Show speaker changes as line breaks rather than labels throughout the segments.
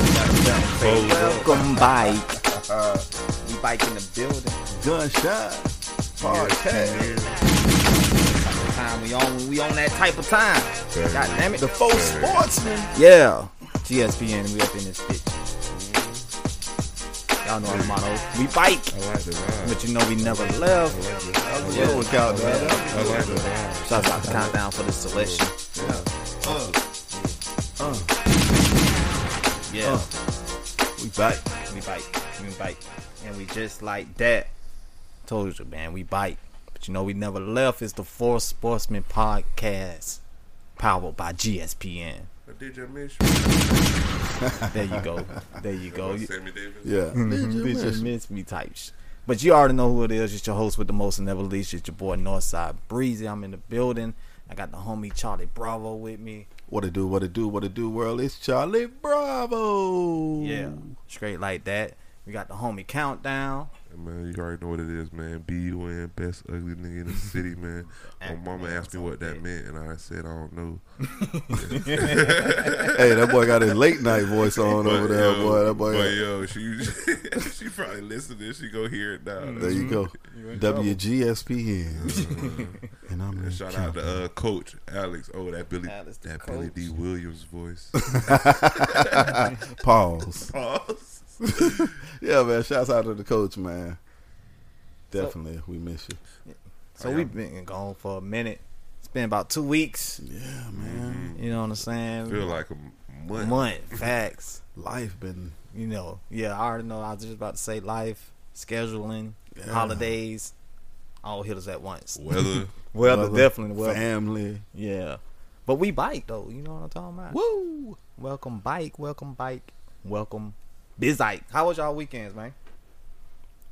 yourself. baby.
Welcome back.
Uh,
We bike in the building.
gunshot podcast.
Time we on we on that type of time. God damn it.
The four sportsmen.
Yeah. GSPN, we up in this bitch. Y'all know our motto. We bike.
I like the vibe.
But you know we never
I
left.
like the vibe.
Yeah, look out, man.
I like the vibe.
Shout out to Countdown for the selection.
Uh,
Yeah.
we back.
We bike. We bike. And we just like that. Told you, man, we bike. But you know, we never left. It's the Four Sportsman Podcast, powered by GSPN.
I did your mission.
There you go. There you go. You,
Sammy Davis.
Yeah.
did you miss me type shit. But you already know who it is. It's your host with the most and never least. It's your boy Northside Breezy. I'm in the building. I got the homie Charlie Bravo with me.
What it do, what it do, what it do, world. It's Charlie Bravo.
Yeah. Straight like that. We got the homie Countdown.
Man, you already know what it is, man. B-U-N, best ugly nigga in the city, man. My mama asked me what that meant, and I said, I don't know.
Hey, that boy got his late night voice
uh,
on over there,
yo,
boy. That boy.
But yo, she, she probably listened to this. She go hear it now.
there you go. WGSPN. and I'm
And
in
shout out to uh, Coach Alex. Oh, that Billy,
Alex the
that
coach.
Billy D. Williams voice.
pause.
Pause.
Yeah, man. Shouts out to the coach, man. Definitely, we miss you.
So we've been gone for a minute. It's been about two weeks.
Yeah, man.
You know what I'm saying?
Feel like a month.
Month. Facts.
Life been
You know. Yeah, I already know. I was just about to say life, scheduling,
Yeah.
holidays, all hit us at once.
Weather.
Weather,
Weather,
definitely. Weather.
family.
Yeah. But we bike though, you know what I'm talking about.
Woo!
Welcome bike, welcome bike, welcome bizike. How was y'all weekends, man?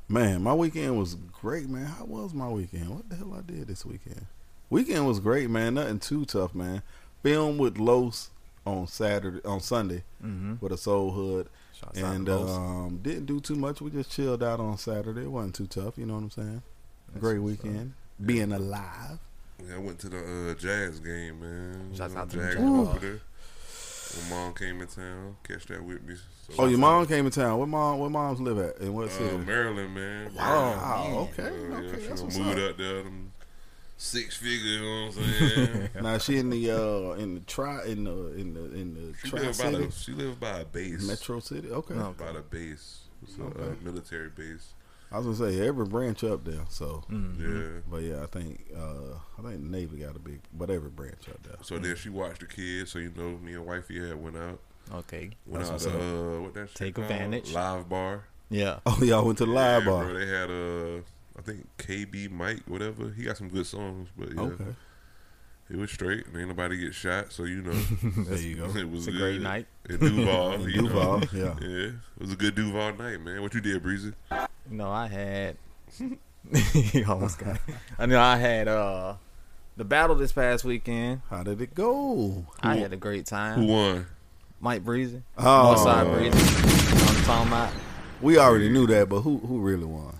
Man, my weekend was great, man. How was my weekend? What the hell I did this weekend? Weekend was great, man. Nothing too tough, man. Film with Los on Saturday, on Sunday
Mm-hmm.
with a Soul Hood,
Shout
and um, didn't do too much. We just chilled out on Saturday. It wasn't too tough, you know what I'm saying? great weekend, being alive.
Yeah, I went to the uh, jazz game, man.
Shouts out to the
jazz
Jazz.
over there. My mom came in town, catch that with me. So
Oh, your mom came in town. Where mom? Where moms live at? In what city?
Uh, Maryland, man.
wow.
man.
Okay.
Maryland. Uh,
okay.
yeah,
That's
she
what's
done moved
up.
up there. Them six figure, you know what I'm saying?
Now she in the uh in the tri in the in the in the
she
tri
lived by
city
the, she lived by a base.
metro city. Okay.
No.
By the base. It's a uh,
Okay.
military base.
I was gonna say every branch up there. So,
Mm-hmm.
Yeah.
but yeah, I think uh I think the Navy got a big, but every branch up there.
So then she watched the kids. So you know, me and wifey had went out.
Okay.
Went
That's
out
what's
to uh, what that shit
Take
called?
advantage.
Live bar.
Yeah.
Oh, y'all went to the live
Yeah,
bar.
Bro, they had uh, I think KB Mike, whatever. He got some good songs, but yeah,
Okay,
it was straight. Ain't nobody get shot, so you know,
there you go.
it was
It's a great
good.
night.
And Duval, you know.
Duval, yeah.
yeah, it was a good Duval night, man. What you did, Breezy?
You know, I had you almost got it. I know I had uh the battle this past weekend.
How did it go?
I
Who-
had a great time.
Who won?
Mike Breezy.
Oh.
Northside Breezy. You know what I'm talking about?
We already knew that, but who who really won?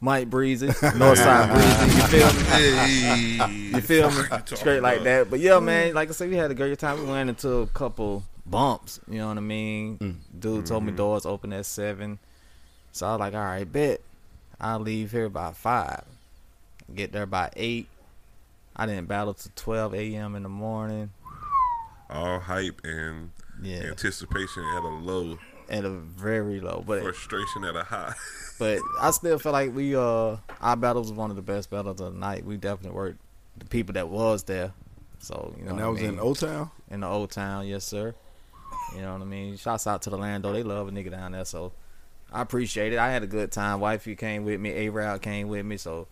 Mike Breezy. Northside Breezy. You feel me? You
you
feel me? Straight like that. But
Mm.
yeah, man, like I said, we had a great time. We ran into a couple bumps. You know what I mean?
Mm.
Dude told
Mm-hmm.
me doors open at seven. So I was like, all right, bet. I'll leave here by five. Get there by eight. I didn't battle till twelve AM in the morning.
All hype and
Yeah.
anticipation at a low,
At a very low. But
frustration at a high.
but I still feel like we uh our battle was one of the best battles of the night. We definitely worked the people that was there. So, you know
And
what
that
I
was in
mean?
O Town.
in the old town, yes sir. You know what I mean? Shouts out to the Lando. They love a nigga down there, so I appreciate it. I had a good time. Wifey came with me, A Rod came with me, so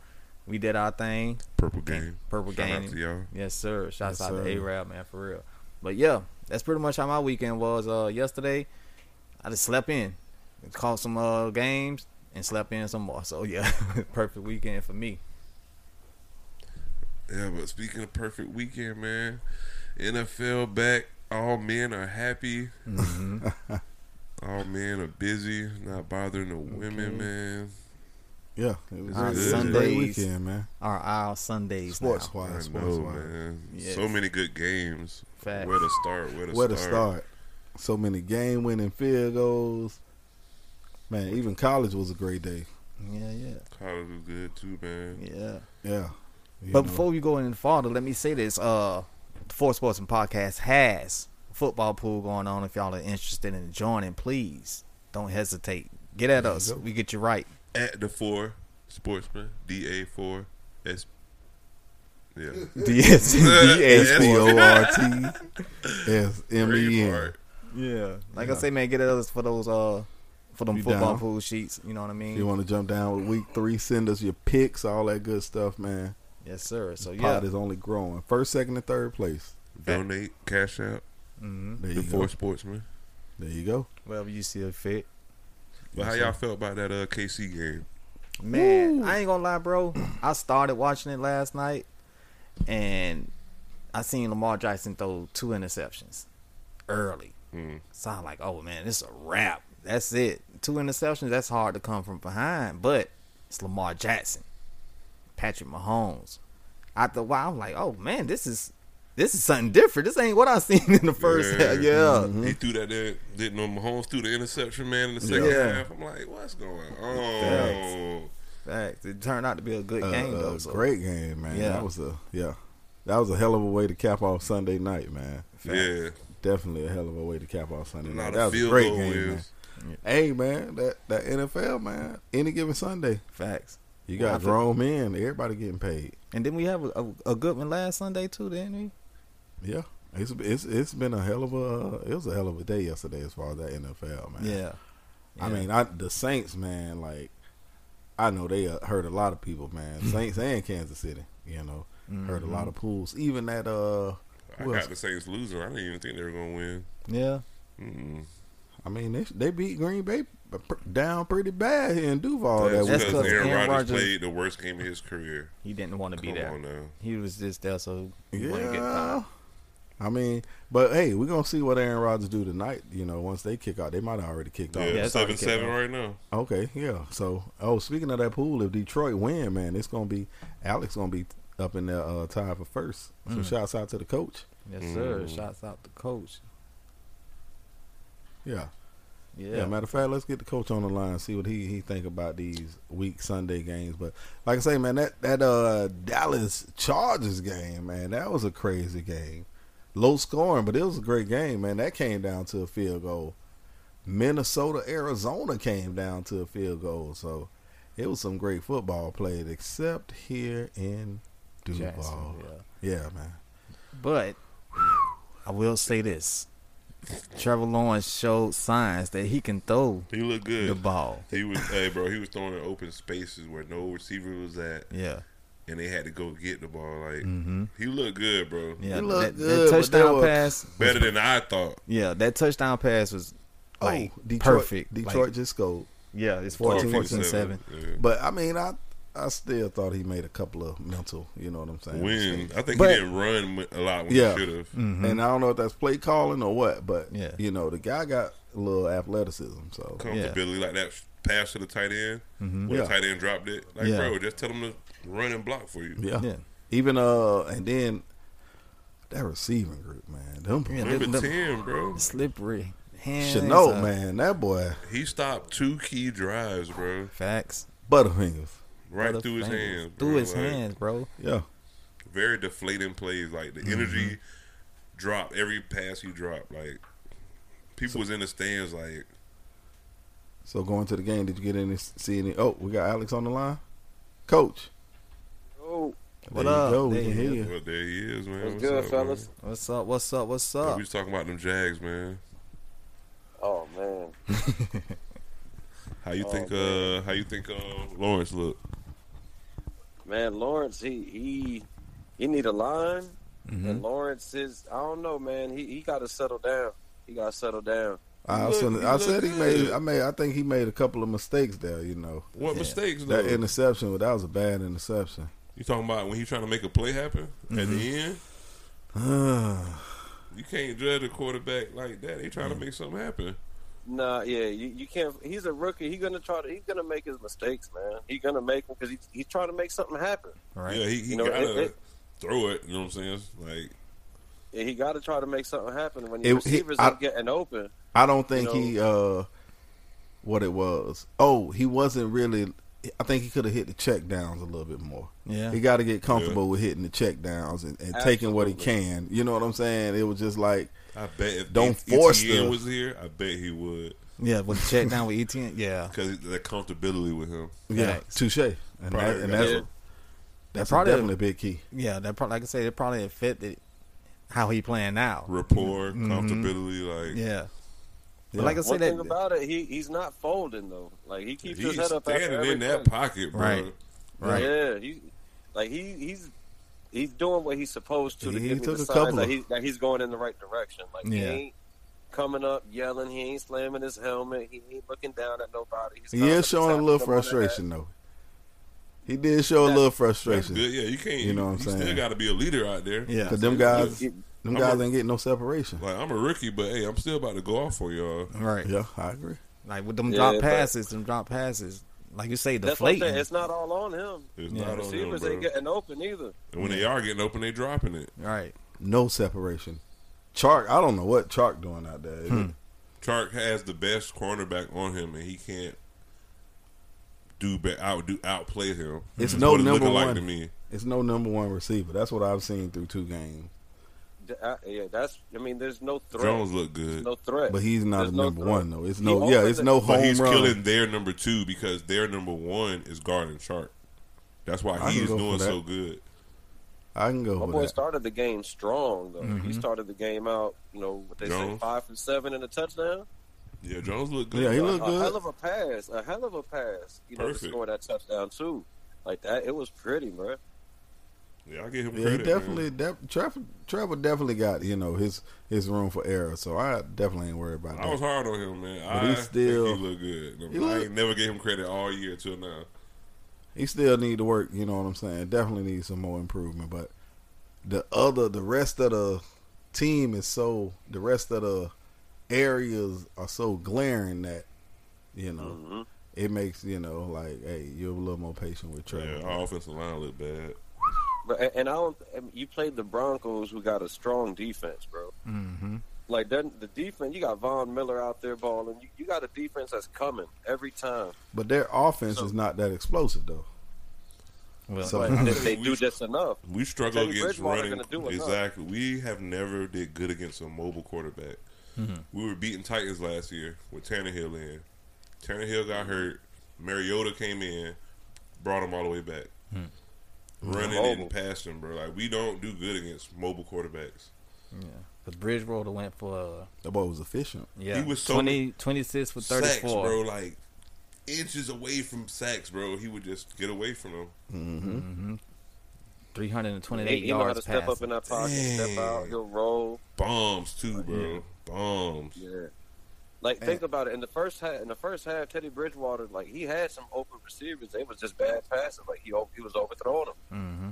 we did our thing.
Purple game.
Purple
Shout
game.
out to y'all.
Yes, sir. Shouts
Yes,
out
sir.
to A Rab, man, for real. But yeah, that's pretty much how my weekend was. Uh, yesterday, I just slept in, caught some uh games, and slept in some more. So yeah, perfect weekend for me.
Yeah, but speaking of perfect weekend, man, NFL back. All men are happy.
Mm-hmm.
All men are busy, not bothering the women, man.
Yeah, it was
Uh,
it was a great
Sundays.
weekend, man.
Our our Sundays
Sports
now.
wise,
I
sports
know,
wise.
man.
Yes.
So many good games.
Facts.
Where to start? Where to
Where to
start?
start? So many game winning field goals. Man, even college was a great day.
Yeah, yeah,
College was good too, man.
yeah.
Yeah. You
But
know.
before we go any farther, let me say this: uh, the Four Sports and Podcast has a football pool going on. If y'all are interested in joining, please don't hesitate. Get at
There you
us.
go.
We get you right.
At the four sportsman, D A four S. Yeah,
DS
DS.
P O R T S M
Great
E N.
part.
Yeah. Like I
Yeah.
say, man, get at us for those uh for them
You
football
down?
pool sheets. You know what I mean?
If you want to jump down with week three, send us your picks, all that good stuff, man.
yes, sir. So yeah.
Pod is only growing. First, second, and third place.
Donate, cash out,
hmm
There
the
you
four
go.
sportsman.
There you go.
Whatever you see it fit.
But how
Yes,
y'all
sir.
felt about that uh, KC game?
Man,
Woo.
I ain't gonna lie, bro. I started watching it last night, and I seen Lamar Jackson throw two interceptions early.
Hmm.
Mm.
So I'm like, oh man, this is a wrap. That's it. Two interceptions. That's hard to come from behind, but it's Lamar Jackson, Patrick Mahomes. After a while, I'm like, oh man, this is this is something different. This ain't what I seen in the first.
Yeah.
half. Yeah, Mm-hmm.
Mm-hmm.
He threw that there. Didn't know Mahomes threw the interception, man, in the second
Yeah.
half. I'm like, what's going on?
facts. It turned out to be a good
Uh,
game though.
uh,
so-
great game, man.
Yeah.
That was a yeah. That was a hell of a way to cap off Sunday night, man.
Yeah,
Definitely a hell of a way to cap off
a
Sunday night.
lot
That
of
was a
field
great
goal
game, man.
wins.
Hey, man, that that NFL, man. Any given Sunday,
Facts.
you
Well, I
got
think-
grown men. Everybody getting paid.
And then we have a, a, a good one last Sunday too, didn't we?
Yeah, it's it's it's been a hell of a it was a hell of a day yesterday as far as that NFL, man.
Yeah.
I mean, I the Saints, man. Like, I know they uh, hurt a lot of people, man.
Hmm.
Saints and Kansas City, you know, hurt a
Mm-hmm.
lot of pools. Even that, uh,
I
Who else?
got the Saints losing. I didn't even think they were gonna win.
Yeah.
Mm.
I mean, they they beat Green Bay p- p- down pretty bad here in Duval.
That's
Oh, that
That's
week.
because Aaron
Aaron
Rodgers
Rodgers-
played the worst game of his career.
He didn't want to be
Come
there.
on now.
He was just there so he wouldn't get
yeah.
fired.
I mean, but hey, we're gonna see what Aaron Rodgers do tonight. You know, once they kick out, they might have already kicked
Yeah,
off.
Yeah, it's already
seven
kicked
seven
off.
right now.
Okay, yeah. So, oh, speaking of that pool, if Detroit win, man, it's gonna be Alex gonna be up in the uh, tie for first. So,
Mm.
shouts out to the coach.
Yes, sir.
Mm.
Shouts out the coach.
Yeah.
Yeah.
Yeah. matter of fact, let's get the coach on the line and see what he he think about these week Sunday games. But like I say, man, that that uh Dallas Chargers game, man, that was a crazy game, low scoring, but it was a great game, man. That came down to a field goal. Minnesota Arizona came down to a field goal, so it was some great football played, except here in Duval.
Jackson, yeah.
Yeah, man.
But I will say this. Trevor Lawrence showed signs that he can throw
He looked good.
the ball.
He was, hey, bro, he was throwing in open spaces where no receiver was at,
Yeah.
and they had to go get the ball. Like
Mm-hmm.
he looked good, bro.
Yeah.
He looked
that, that
good, but
touchdown
that was-
pass.
Better than I thought.
Yeah, that touchdown pass was like
Oh, Detroit,
perfect. Like,
Detroit just scored.
yeah, it's 14,
14,
14 7.
Yeah.
But I mean, I I still thought he made a couple of mental. You know what I'm saying?
When I think
But-
he didn't run a lot when
Yeah.
he should have.
Mhm.
And I don't know if that's play calling or what, but
Yeah.
you know the guy got a little athleticism. So
Comfortability like that pass to the tight end when
Mhm.
Yeah.
the tight end dropped it. Like
Yeah.
bro, just tell him to run and block for you.
yeah.
Yeah.
even uh, and then that receiving group, man, them
Yeah,
Number
the- the-
ten, bro.
Slippery. Hands
Chenault,
up.
man, that boy
He stopped two key drives, bro.
Facts.
Butterfingers.
Right
Other
through his
fingers.
hands. Bro.
Through his
Like,
hands, bro.
Yeah,
Very deflating plays. Like the
Mm-hmm.
energy drop every pass he dropped. Like people was in the stands. Like
so going to the game, did you get any? See any? Oh, we got Alex on the line, coach.
Oh,
What
there
up?
You go. We
There
can
you
hear you.
well, there he is, man.
What's good,
up,
fellas?
What's up? What's up? What's
Man?
up?
We was talking about them Jags, man.
oh man.
How you
Oh,
think?
man.
uh How you think? uh Lawrence look.
Man, Lawrence, he he he need a line.
Mhm.
And Lawrence is I don't know, man. He he gotta settle down. He gotta settle down.
I,
look-
said-
you
I
look
said he
good.
made. I made. I think he made a couple of mistakes there. You know,
What
Yeah.
mistakes? Though?
that interception. That was a bad interception.
you talking about when he trying to make a play happen at
Mm-hmm.
the end? You can't judge a quarterback like that. They
Mm.
trying to make something happen.
Nah, yeah, you, you can't. He's a rookie. He's gonna try to. He's gonna make his mistakes, man. He's gonna make them because he, he's trying to make something happen.
Right.
Yeah, he, he
You know,
gotta
it- it-
throw it. You know what I'm saying? Like
And he got to try to make something happen when
It-
your
he-
receivers
I-
ain't getting open.
I don't think
You
he uh what it was. Oh, he wasn't really I think he could have hit the check downs a little bit more.
Yeah.
He got to get comfortable with hitting the check downs and, and taking what he
Absolutely.
can. You know what I'm saying? It was just like
I bet if
Don't
if
force
ETN
the-
was here, I bet he would
Yeah, with check down with ETN. Yeah.
because that comfortability with him.
yeah,
Facts.
touche, and, that,
Probably
and
got
that's
it.
that's
Probably-
definitely a big key.
Yeah, that probably like I said, it probably affected how he playing now.
Rapport, comfortability, like
Yeah.
Mm-hmm. Yeah.
But like I
One
said,
thing
that,
about it, he he's not folding though. Like he keeps his
he's
head up after
standing
every
in that
play.
pocket, bro.
Right. right?
Yeah, he like he he's he's doing what he's supposed to to
He
give me
took
the
a couple
signs that,
of-
he, that he's going in the right direction. Like he
Yeah.
ain't coming up yelling, he ain't slamming his helmet, he ain't looking down at nobody. He's
He
constantly
is showing a
tapping
little
them on the head.
frustration though. He did show a
Yeah.
little
That's
frustration
good. Yeah, you can't.
You know what I'm
you
saying?
still got to be a leader out there.
Yeah.
because them guys,
You-
them
I'm
guys
a-
ain't getting no separation.
Like I'm a rookie, but hey, I'm still about to go off on y'all.
Right.
Yeah, I agree.
Like with them
Yeah,
drop
but-
passes, them drop passes. Like you say,
That's what I'm saying.
deflating.
It's not all on him.
It's
Yeah.
not on them,
Receivers
bro.
ain't getting open either.
and when they are getting open, they dropping it.
Right.
No separation. Chark, I don't know what Chark doing out there.
Chark has the best cornerback on him, and he can't do be- out do outplay him.
It's
That's
no
what it
number
looking like
one.
to me.
It's no number one receiver. That's what I've seen through two games.
D- I- yeah, that's. I mean, there's no threat.
Jones look good,
no threat.
But he's not
There's
a
no
number
threat.
one though. It's
He
no yeah,
opened
it's
it.
no home
but he's
run.
killing their number two because their number one is guarding Chark. That's
I
why
can
he is
go for
doing
that.
so good.
I can go
My
with
boy
that. Mm-hmm.
started the game strong though. He started the game out. You know what they say,
Jones.
five from seven and a touchdown.
Yeah, Jones look good.
Yeah, he
a,
looked
a
good.
hell of a pass. A hell of a pass. You know, to
Perfect.
score that touchdown too. Like that, it was pretty, bro.
Yeah, I give him
Yeah, he
credit.
definitely def- Trevor, Trevor definitely got you know his his room for error. So I definitely ain't worried about
man. I was
that.
hard on him, man.
But
I
he
think
still-
he look good.
He
I
look-
ain't never gave him credit all year till now.
He still need to work. You know what I'm saying? Definitely needs some more improvement. But the other, the rest of the team is so the rest of the areas are so glaring that you know
Mhm.
it makes you know like hey you're a little more patient with Trevor.
Yeah, uh, our offensive line look bad.
But and- and I don't. I mean, you played the Broncos, who got a strong defense, bro.
Mm-hmm.
Like then the defense, you got Von Miller out there balling. You, you got a defense that's coming every time.
But their offense
So-
is not that explosive though.
Well,
So-
But they, they do just enough.
We struggle
Teddy
against
Bridgewater
running.
gonna do it, huh?
Exactly. We have never did good against a mobile quarterback. We were beating Titans last year with Tannehill in. Tannehill got
Mm-hmm.
hurt. Mariota came in, brought him all the way back. Running
Mobile.
and passing, bro. Like we don't do good against mobile quarterbacks.
yeah. But Bridgewater went for uh,
The boy was efficient.
yeah,
He was so-
20, 26 for thirty
Sacks,
four.
bro. Like inches away from sacks, bro. He would just get away from them. Mm-hmm.
Mm-hmm. Three hundred and twenty
He,
eight
he know how
yards
to step up
passing.
in that pocket, step
Dang.
out. He'll roll.
Bombs too, bro. Bombs.
Yeah. Like think about it. In the first half, in the first half, Teddy Bridgewater, like he had some open receivers. They was just bad passes. Like he o- he was overthrowing them.
Mm-hmm.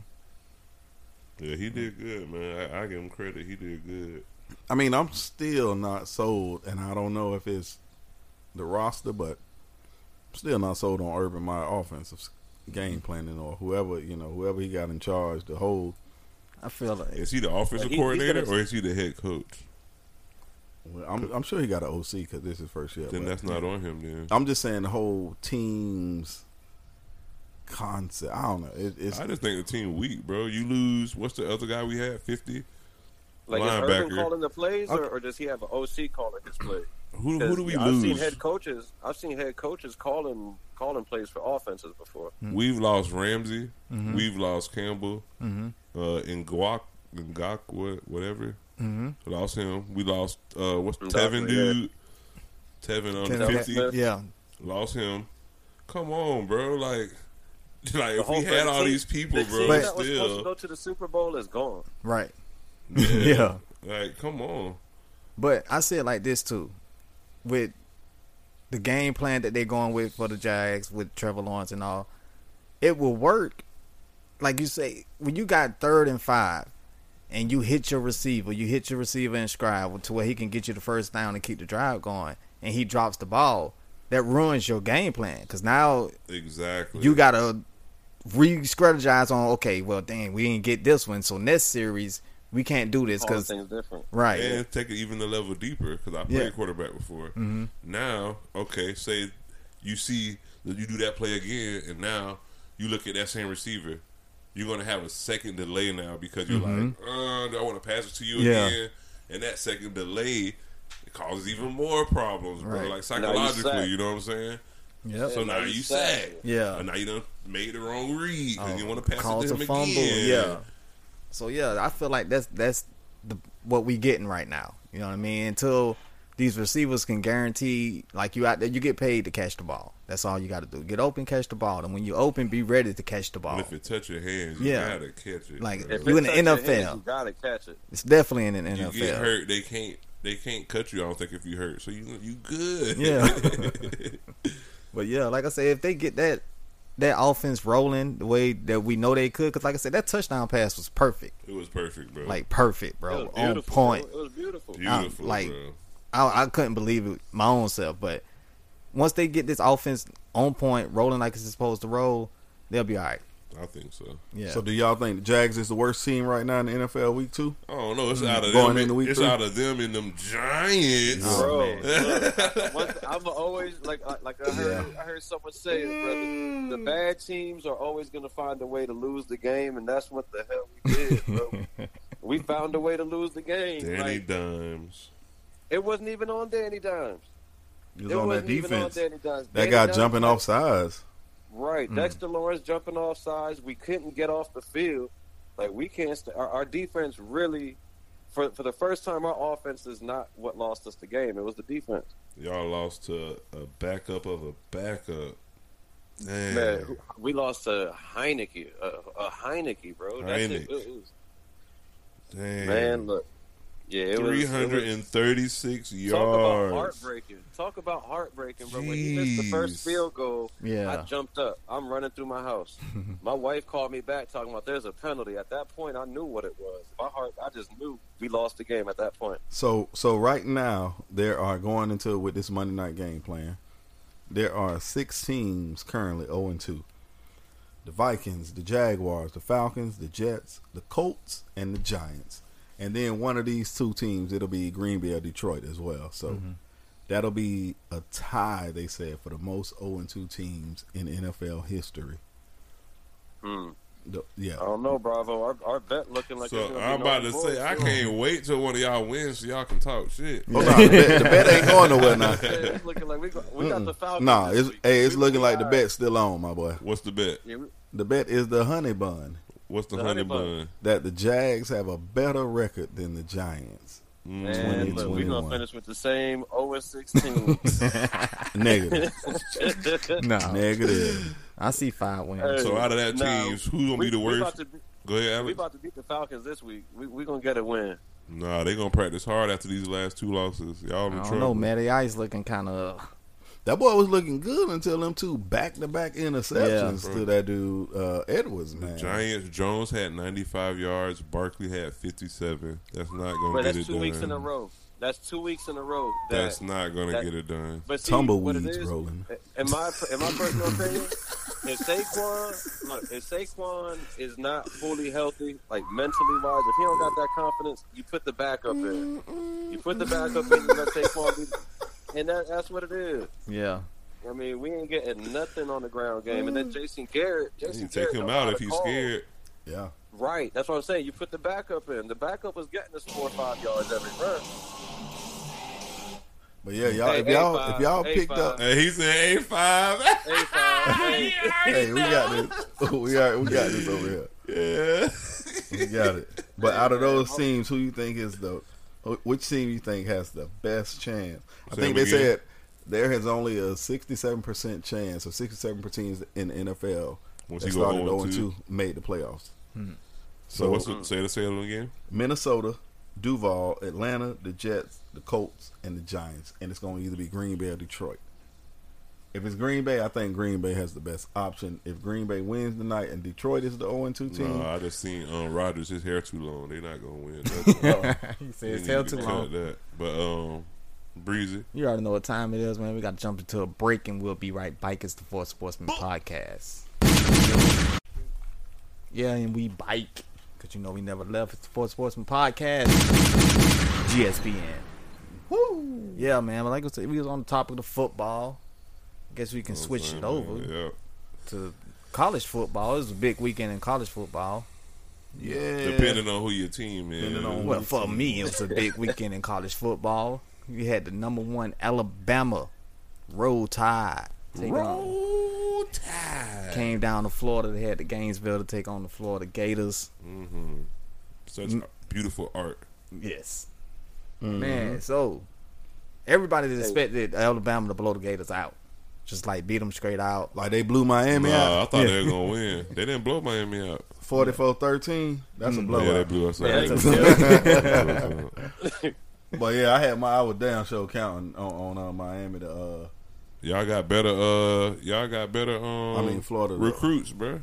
Yeah, he did good, man. I, I give him credit. He did good.
I mean, I'm still not sold, and I don't know if it's the roster, but I'm still not sold on Urban Meyer offensive s- game planning or whoever you know whoever he got in charge. The whole
I feel like
Is he the offensive
he- he's
coordinator
gonna-
or is he the head coach?
well, I'm, I'm sure he got an OC because this is first year.
Then
but
that's not on him. Then
I'm just saying the whole team's concept. I don't know. It, it's
I just think the team weak, bro. You lose. What's the other guy we had? Fifty.
Like is Urban
Linebacker.
calling the plays, or, or does he have an OC calling his plays?
Who, who do we
I've seen
lose?
head coaches. I've seen head coaches calling calling plays for offenses before.
We've lost Ramsey. We've lost Campbell.
Mm-hmm.
Uh, Nguak, Ngak, whatever.
Mhm.
Lost him. We lost. Uh, what's
Ngakwe,
Tevin
yeah.
dude? Tevin on
Tevin
the
Smith.
fifty.
yeah,
Lost him. Come on, bro. Like, like if
whole
we had all
team-
these people,
the
bro,
team that was supposed to
still
go to the Super Bowl is gone.
right.
yeah. Like, come on.
But I said like this too, with the game plan that they're going with for the Jags with Trevor Lawrence and all, it will work. Like you say, when you got third and five, and you hit your receiver, you hit your receiver and scribe to where he can get you the first down and keep the drive going, and he drops the ball, that ruins your game plan because now
Exactly.
you gotta re-strategize on okay well dang we didn't get this one so next series we can't do this
All the
because
things different.
right,
And take it even a level deeper because I played
Yeah. Mm-hmm.
quarterback before. Now, okay, say you see that you do that play again, and now you look at that same receiver. You're gonna have a second delay now because you're like, uh, do I want to pass it to you
Mm-hmm. Yeah.
again? And that second delay causes even more problems, bro.
Right.
Like
Now you
psychologically,
sack.
you know what I'm saying?
yep.
So now
now you
you
sack.
sad.
Yeah.
And now you done made the wrong read and
Oh,
you want to pass it
cause
to
a
him
fumble.
again.
Yeah. So yeah, I feel like that's that's the what we getting right now. You know what I mean? Until these receivers can guarantee, like you out there, you get paid to catch the ball. That's all you got to do. Get open, catch the ball, and when you open, be ready to catch the ball.
And if it touch your hands, you
Yeah.
gotta catch it.
Like,
bro.
You in the
touch your hand,
NFL.
you gotta catch it.
It's definitely in an
you
NFL.
get hurt, they can't they can't cut you. I don't think if you hurt, so you you good.
Yeah. But yeah, like I said, if they get that that offense rolling the way that we know they could, because like I said, that touchdown pass was perfect,
it was perfect, bro.
like perfect,
It
bro,
was
on
beautiful,
point.
bro. It was beautiful.
beautiful,
um, like-
bro.
I, I couldn't believe it my own self. But once they get this offense on point, rolling like it's supposed to roll, they'll be all right.
I think so.
Yeah.
So do y'all think the Jags is the worst team right now in the NFL week two?
I don't know. It's out of
Going
them.
into week
it's
three?
out of them and them giants.
Oh,
Bro,
man.
I'm always like I- like I heard I heard someone say it, brother.
Mm.
The bad teams are always going to find a way to lose the game, and that's what the hell we did, bro. we found a way to lose the game.
Danny
Like,
Dimes.
it wasn't even on Danny Dimes.
It was
it
on that
wasn't even on
defense.
Danny Dimes.
That
Danny
guy
Dimes-
jumping off Hmm. sides.
Right, Dexter Lawrence jumping off sides. We couldn't get off the field. Like we can't. St- our, our defense really, for for the first time, our offense is not what lost us the game. It was the defense.
Y'all lost to a backup of a backup. Damn.
Man, we lost to Heineke, uh, a Heineke, bro. That's
Heinicke.
it. It was-
Damn.
Man, look, yeah, it was- it
Three
was
hundred and thirty-six
Talk about
yards.
heartbreaking. Talk about heartbreaking, bro. When he missed the first
Jeez.
field goal, I
Yeah.
jumped up. I'm running through my house. my wife called me back talking about there's a penalty. At that point, I knew what it was. My heart, I just knew we lost the game at that point.
So so right now there are going into it with this Monday night game plan. There are six teams currently 0 and 2. The Vikings, the Jaguars, the Falcons, the Jets, the Colts, and the Giants. And then one of these two teams, it'll be Green Bay or Detroit as well. So that'll be a tie, they said, for the most 0 and 2 teams in NFL history.
Hmm.
The- yeah.
I don't know, Bravo. Our, our bet looking like it's
So
gonna be
I'm about to
Norman
say I
Bulls,
can't wait till one of y'all wins so y'all can talk shit.
Hold on, Oh, the bet, the bet ain't going nowhere now.
bro. Yeah, it's looking like we, got- we got the Falcons.
Nah,
this
it's
week.
hey, it's
We-
looking
we
like the
all
bet's still on, my boy.
What's the bet?
right. Yeah, we-
The bet is the honey bun
What's the,
The
honey
honey
bun?
that the Jags have a better record than the Giants.
Mm.
Man, look, we're
2021.
gonna finish with the same 0 and 16.
Negative,
No.
negative.
I see five wins.
Hey.
So out of that
Nah,
teams, who's gonna
we,
be the
we
worst?
about to be-
Go ahead,
we
Alex.
about to beat the Falcons this week. We we gonna get a win.
Nah, they gonna practice hard after these last two losses. Y'all in
I don't
trouble.
know, man. The ice looking kind of.
That boy was looking good until them two back-to-back interceptions
Yeah.
to that dude uh, Edwards, man.
Giants Jones had 95 yards. Barkley had 57. That's not gonna
But
get
that's
it
two
done.
weeks in a row. That's two weeks in a row. That,
That's not gonna
that-
get it done.
but see, what it
Tumbleweeds
is,
rolling.
In my in my personal opinion, if Saquon look, if Saquon is not fully healthy, like mentally wise, if he don't got that confidence, you put the backup in. You put the backup in. You let Saquon be, and that, that's what it is.
Yeah.
I mean, we ain't getting nothing on the ground game, and then Jason Garrett. Jason
Mm. You
Garrett
take him
don't know how
out
to
if he's
call.
scared.
Yeah,
Right, that's what I'm saying. You put the backup in. The backup was getting us four or five yards every run.
but yeah, y'all, if
Hey,
y'all,
A5,
if y'all picked
A5.
up,
Hey, he said A5.
Hey, five,
hey, we got this. we got, we got this over here.
yeah.
We got it. But out of those teams, who you think is the wh- which team you think has the best chance? I
Say
think
it
they
again.
said there is only a sixty-seven percent chance of sixty-seven teams in the NFL
Once
that
you go 0
started zero
and 2.
two made the playoffs.
So
So,
what's the, say the say it again?
Minnesota, Duval, Atlanta, the Jets, the Colts, and the Giants, and it's going to either be Green Bay or Detroit. If it's Green Bay, I think Green Bay has the best option. If Green Bay wins tonight and Detroit is the 0 2 team,
No, I just seen um, Rodgers. His hair too long. They're not gonna win. That's-
he said
they
it's
need
hell
to
too
cut
long.
That. But um, Breezy.
You already know what time it is, man. We got to jump into a break, and we'll be right back. It's the Four Sportsman Podcast. Yeah, and we bike. Because you know we never left. It's the Four Sportsman Podcast. GSPN. Woo! Yeah, man. But like I said, we was on the topic of the football. I guess we
You
can
know what
switch
I'm
it
saying,
over
man? Yeah.
to college football. It was a big weekend in college football.
Yeah.
Depending on who your team is.
Depending on
Well, for me, it was a big weekend in college football. You had the number one Alabama Roll Tide. take on-
Roll Tide.
Came down to Florida. They had the Gainesville to take on the Florida Gators.
hmm Such
Mm.
beautiful art.
Yes. Man, so everybody that expected Alabama to blow the Gators out. Just like beat them straight out.
Like they blew Miami
Nah, I
out
thought they were gonna win. They didn't blow Miami out.
44-13. That's a blowout.
Mm, Yeah, they blew us out.
Man, that's a-
But yeah, I had my I was down show counting on, on uh, Miami to uh
y'all got better. Uh, y'all got better. Um,
I mean, Florida, though.
recruits, bruh.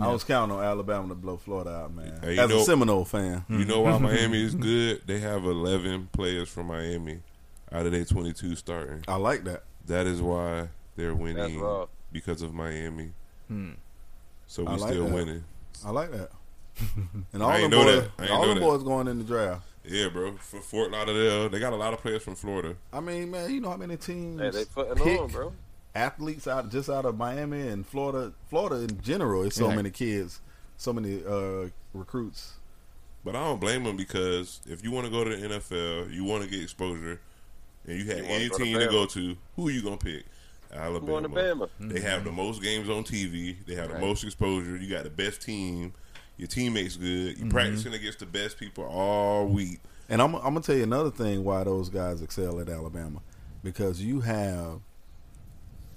I was counting on Alabama to blow Florida out, man.
Hey, you
As
know-
a Seminole fan.
You know why Miami is good? They have eleven players from Miami out of their twenty-two starting.
I like that.
That is why they're
That's
winning
raw.
because of Miami.
Hmm.
So
I
we
like
still
that.
winning.
I like that. And
I
all the
ain't know
boys,
that. I ain't
all
know
the
that.
boys going in the draft.
Yeah, bro. For Fort Lauderdale, they got a lot of players from Florida.
I mean, man, you know how many teams
Hey, they putting
pick
on, bro.
athletes out just out of Miami and Florida. Florida in general, it's so
Yeah.
many kids, so many uh, recruits.
But I don't blame them because if you want to go to the NFL, you want to get exposure, and you had
You wanna
any
go to
team to
Bama.
go to, who you gonna pick?
I'm going to
Alabama.
Bama.
They have the most games on TV. They have
Right.
the most exposure. You got the best team. Your teammates good. You practicing against the best people all week.
And I'm, I'm gonna tell you another thing why those guys excel at Alabama, because you have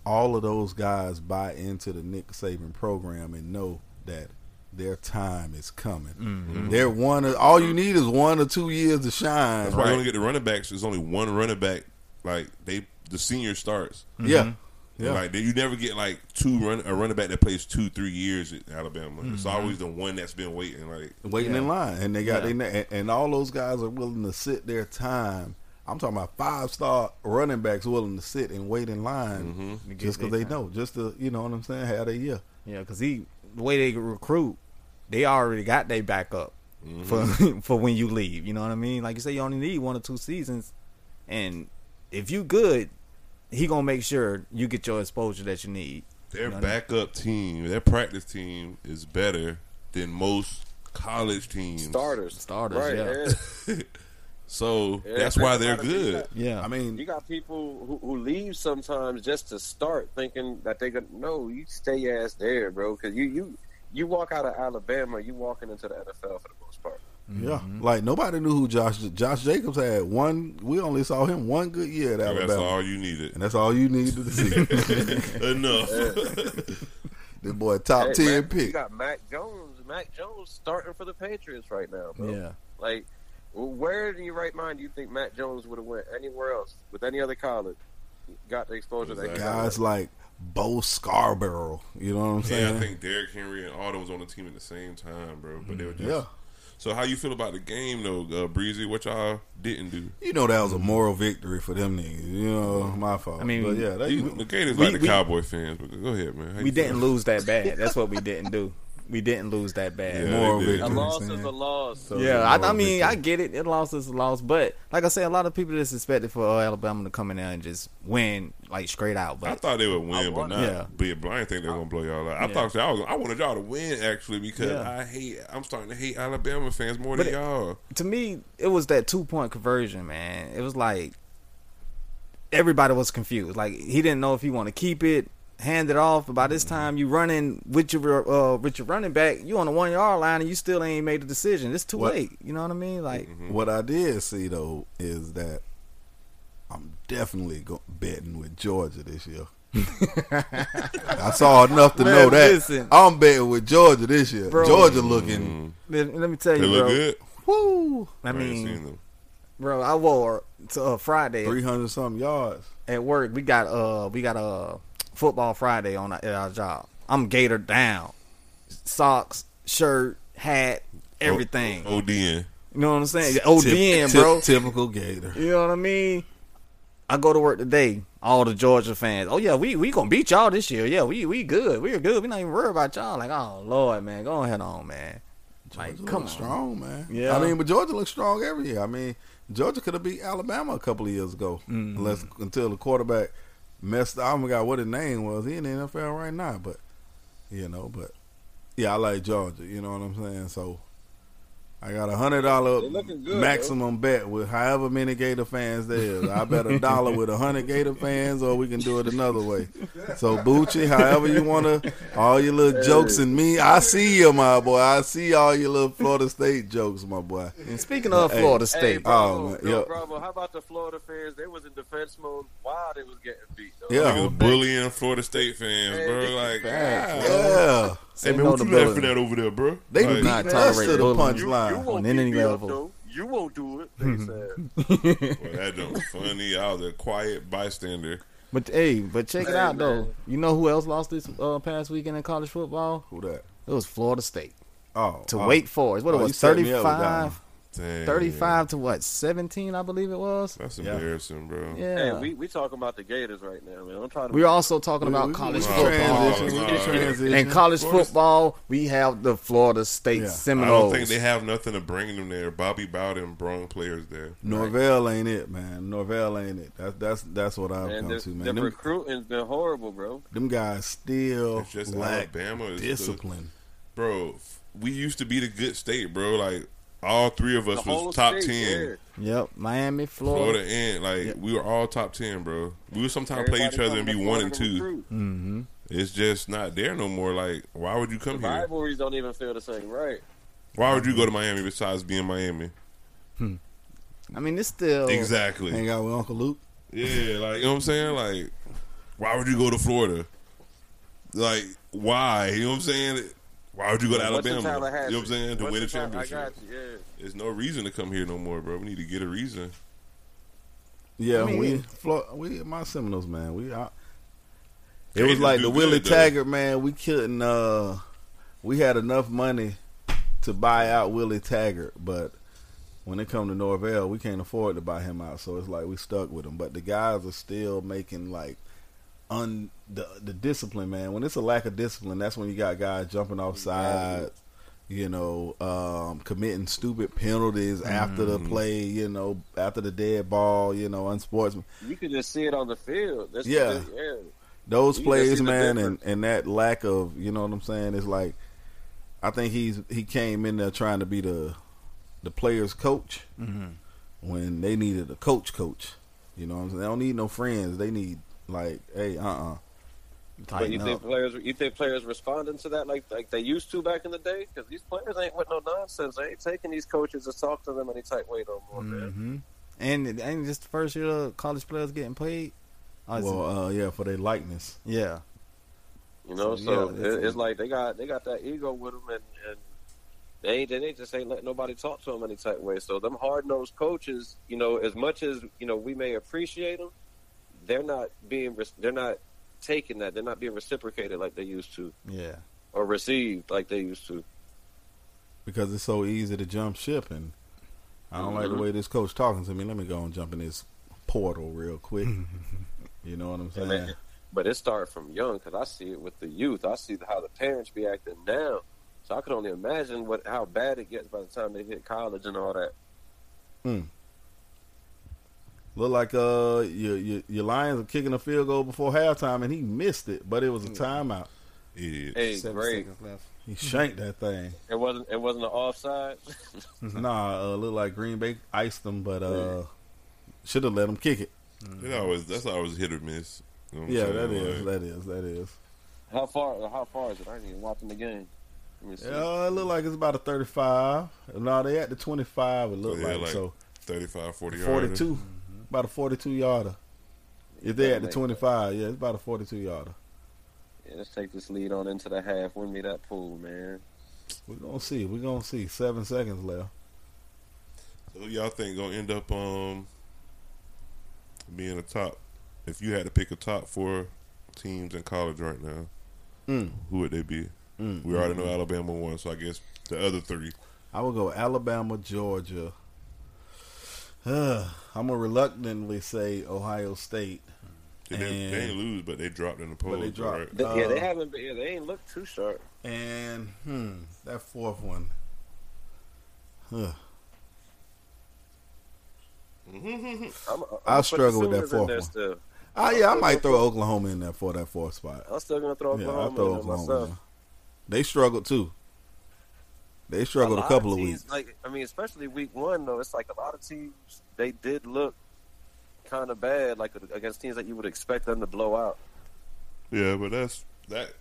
all of those guys buy into the Nick Saban program and know that their time is coming.
Mm-hmm.
They're one. Or, all you need is one or two years to shine.
That's why you only get the running backs. There's only one running back. Like they, the senior starts.
Yeah, yeah.
Mm-hmm.
Yeah. Like they- you never get like two run a running back that plays two three years at Alabama. It's
Mm-hmm.
always the one that's been waiting. Like
waiting
Yeah.
in line, and they got
Yeah.
they and, and all those guys are willing to sit their time. I'm talking about five star running backs willing to sit and wait in line
To get
just because
their
they
time.
know, just to you know what I'm saying, had a year.
Yeah, because he the way they recruit, they already got their backup for for when you leave. You know what I mean? Like you say, you only need one or two seasons, and if you good, he gonna make sure you get your exposure that you need.
their
You know what I mean?
backup team, their practice team is better than most college teams.
Starters.
Starters,
Right.
yeah.
and-
So
Yeah,
that's why
think
they're
about it. You
good.
got-
Yeah,
I mean,
You got people who, who leave sometimes just to start thinking that they gonna no, you stay your ass there, bro. Because you you you walk out of Alabama, you walking into the NFL for the most part.
Yeah,
Mm-hmm.
like nobody knew who Josh Josh Jacobs had one. We only saw him one good year at
And
Alabama,
That's all you needed.
and that's all you need to see.
Enough.
the boy top
Hey,
ten
Mac- You
pick.
got Mac Jones. Mac Jones starting for the Patriots right now, bro.
yeah.
Like, where in your right mind do you think Mac Jones would have went anywhere else with any other college? Got the exposure that he
Guys
got.
like Bo Scarborough. You know what I'm saying?
Yeah, I think Derrick Henry and Autumn was on the team at the same time, bro. But they
Mm-hmm.
were just.
Yeah.
So how you feel about the game though, uh, Breezy? What y'all didn't do?
You know that was a
Mm-hmm.
moral victory for them niggas. You know my fault.
I mean,
but yeah, they,
You, the Gators
Uh, We-
like the
we-
Cowboy fans, but go ahead, man. How you
We
feel?
didn't lose that bad. That's what we didn't do. We didn't lose that bad.
Yeah,
moral
they did.
victory.
A
You know
loss
man.
is a loss.
So-
Yeah, I, I
Moral
mean,
victory.
I get it. It lost is a loss, but like I said, a lot of people just expected for uh, Alabama to come in there and just win like straight out.
I
But
thought they would win, but
won-
not
Yeah.
be a blind thing. They were gonna blow y'all out. I thought y'all. Was, I wanted y'all to win actually because
Yeah.
I hate. I'm starting to hate Alabama fans more
But
than
it-
y'all.
to me, it was that two point conversion, man. It was like everybody was confused. Like he didn't know if he want to keep it, hand it off. But by this
Mm-hmm.
time, you running with your uh, with your running back, you on the one yard line, and you still ain't made a decision. It's too
What-
late. You know what I mean? Like
What I did see though is that I'm definitely go- betting with Georgia this year. I saw enough to
Man,
know that
listen.
I'm betting with Georgia this year.
Bro. Mm-hmm.
Georgia looking
let, let me tell
Mm-hmm. They
you,
look
bro.
good.
woo
I
ain't
mean,
seen them.
bro, I wore to uh, Friday
three hundred something yards.
at work. We got uh we got uh, football Friday on our, at our job. I'm gator down, socks, shirt, hat,
Oh,
everything.
O- ODN.
You know what I'm saying? ODN,
Typ-
bro.
typ- typical Gator.
You know what I mean? I go to work today. All the Georgia fans. Oh yeah, we we gonna beat y'all this year. Yeah, we we good. We're good. We not even worried about y'all. Like, oh Lord, man, go ahead on, man. Like,
Georgia
come on.
looks strong, man.
Yeah.
I mean, but Georgia looks strong every year. I mean, Georgia could have beat Alabama a couple of years ago,
Mhm.
unless until the quarterback messed. I forgot what his name was. He in the NFL right now, but you know, but yeah, I like Georgia. You know what I'm saying? So I got a hundred dollar
They looking good,
maximum bet with however many Gator fans there is. I bet a dollar with a hundred Gator fans, or we can do it another way. So Bucci, however you want to, all your little
Hey.
jokes and me, I see you, my boy. I see all your little Florida State jokes, my boy.
And speaking of
Hey.
Florida
Hey,
State,
Oh,
Bravo,
man,
Bill
yeah.
Bravo, how about the Florida fans? They was in defense mode while they was getting beat. Though.
Yeah.
Like,
Niggas bullying Florida State fans,
Hey,
bro.
this is
Like, ah.
Yeah,
hey
say
man,
no
what
to
you
bullying.
laughing at over there, bro?
they
Like,
beat
not
us
tolerate
to the
bullying.
You, you
punchline.
won't
On any
beat me up,
level.
though. You won't do it. They
Mm-hmm.
said.
Well, that don't funny. I was a quiet bystander.
But hey, but check it
Hey,
out though.
man.
You know who else lost this uh, past weekend in college football?
Who that?
It was Florida State
Oh,
to
oh.
Wake Forest. What
Oh,
it
you
was,
set me up with that
35,
one.
Damn.
35 to what, seventeen? I believe it was.
That's
Yeah.
embarrassing, bro.
Hey,
Yeah.
we we talking about the Gators right now, man. I'm trying to.
We are also talking
We-
about
we-
college
we
can
football.
transition, we
Oh,
can
God.
transition.
In college
Florida-
football, we have the Florida State
Yeah.
I
Seminoles.
don't think they have nothing to bring them there. Bobby Bowden brung players there.
Norvell ain't it, man. Norvell ain't it. That's that's that's what I've
man,
come
the,
to,
the
man. Them,
recruiting's been horrible, bro.
them guys still
It's just
lack
Alabama is the,
discipline.
bro. f- We used to be the good state, bro. Like all three of
The
us
whole
was top
state,
ten.
yeah.
Yep, Miami, Florida.
Florida and like
Yep.
we were all top ten, bro. We would sometimes play
Everybody
each other and be
coming to
one and
Florida to
two.
recruit.
Mm-hmm.
It's just not there no more. Like, why would you come here?
Rivalries don't even feel the same, right?
Why would you go to Miami besides being Miami?
I mean, it's still
Exactly.
Hang out with Uncle Luke.
Yeah, like you know what I'm saying? Like, why would you go to Florida? Like, why? You know what I'm saying? Why would you go to
What's in
Alabama? You know what
Tallahassee?
I'm saying? To
What's
win a
in Tal-
championship.
I got you. Yeah.
There's no reason to come here no more, bro. We need to get a reason.
Yeah,
I mean,
we
it-
Flo- we my Seminoles, man. We I, it
Gators
was like
do
the
good,
Willie
though.
Taggart, man. We couldn't. uh We had enough money to buy out Willie Taggart, but when it come to Norvell, we can't afford to buy him out. So it's like we stuck with him. But the guys are still making like un the the discipline, man. When it's a lack of discipline, that's when you got guys jumping off sides, you know, um, committing stupid penalties
Mm-hmm.
after the play, you know, after the dead ball, you know, unsportsman.
You can just see it on the field. That's
Yeah.
the- yeah.
Those
You can see
plays,
the
man, and,
difference.
and that lack of, you know what I'm saying, it's like I think he's he came in there trying to be the the players coach
Mm-hmm.
when they needed a coach coach. You know what I'm saying? They don't need no friends. They need like, hey, uh uh
But you
tighten
think
up.
players, you think players responding to that like like they used to back in the day? Because these players ain't with no nonsense. They ain't taking these coaches to talk to them any type way no more, man.
Mm-hmm. And it ain't just the first year of college players getting paid. Or is it-
Well, uh, yeah, for their likeness.
yeah,
You know,
So,
so
yeah,
it-
it's-
it's, like they got they got that ego with them, and, and they ain't, they ain't just ain't let nobody talk to them any type way. So them hard nosed coaches, you know, as much as you know we may appreciate them, they're not being res- they're not taking that. They're not being reciprocated like they used to,
yeah.
or received like they used to.
because it's so easy to jump ship and I don't like the
Mhm.
way this coach talking to me. Let me go and jump in this portal real quick. you know what I'm saying?
Yeah, man. But it starts from young because I see it with the youth. I see how the parents be acting now. So I could only imagine what how bad it gets by the time they hit college and all that.
Look like uh your, your your Lions are kicking a field goal before halftime and he missed it, but it was a timeout.
Idiot.
Hey,
Seven
great!
seconds left.
He shanked that thing.
It wasn't it wasn't an offside.
Nah, uh, look like Green Bay iced them, but uh should have let him kick it.
It always that's always hit or miss. You know what I'm
Yeah,
saying?
that is,
Like,
that is, that is.
How far how far is it? I ain't even watching the game. Let me see.
Uh, it look like it's about a thirty-five. No, they at the twenty-five. It look
Yeah,
like,
like
so
35, 40 yards.
42, about a forty-two yarder. If they at the twenty-five, yeah, it's about a forty-two yarder.
Yeah, let's take this lead on into the half. Win me that pool, man.
We're gonna see. We're gonna see. Seven seconds left.
Who y'all think gonna end up um being a top? If you had to pick a top four teams in college right now,
Mm.
who would they be?
Mm.
We already know Alabama won, so I guess the other three.
I will go Alabama, Georgia. I'm gonna reluctantly say Ohio State.
They, didn't, they
And-
didn't lose, but they dropped in the polls.
they dropped.
Right?
They- yeah,
Uh,
they haven't. Been, yeah, they ain't looked too sharp.
And hmm, that fourth one. Ugh.
I'm, I'm
I
put the
struggle with that
Sooners in
fourth
there
one.
Still.
Ah, yeah, I might throw Oklahoma in there for that fourth spot.
I'm still gonna throw
yeah,
Oklahoma
I throw
in there
Oklahoma. in
myself.
there. They struggled too. They
A
struggled a,
lot
couple of
teams,
weeks.
Like I mean, especially week one though, it's like a lot of teams they did look kind of bad, like against teams that you would expect them to blow out.
Yeah, but that's that.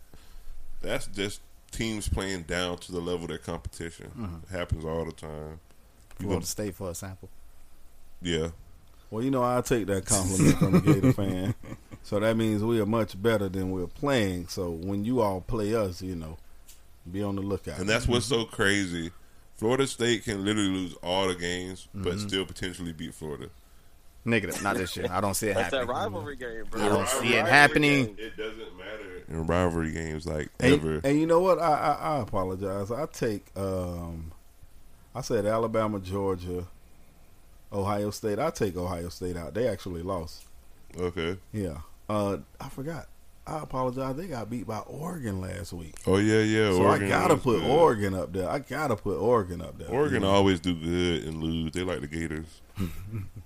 That's just teams playing down to the level of their competition.
Mm-hmm.
It happens all the time. You
Florida
gonna-
State for a sample.
yeah,
Well, you know, I take that compliment from a Gator fan. So that means we are much better than we're playing. So when you all play us, you know, be on the lookout.
and that's what's so crazy. Florida State can literally lose all the games, but still potentially beat Florida.
Negative, not this year. I don't see it
That's
happening. Mm-hmm.
that rivalry game, bro.
I don't see it happening.
game.
It doesn't matter in rivalry games like ever.
and, and you know what? I, I, I apologize. I take um, I said Alabama, Georgia, Ohio State. I take Ohio State out. They actually lost.
okay.
Yeah. Uh, I forgot. I apologize. They got beat by Oregon last week.
Oh yeah, yeah.
So I gotta
was
put
good.
Oregon up there. I gotta put Oregon up there.
Oregon always do good and lose. They like the Gators.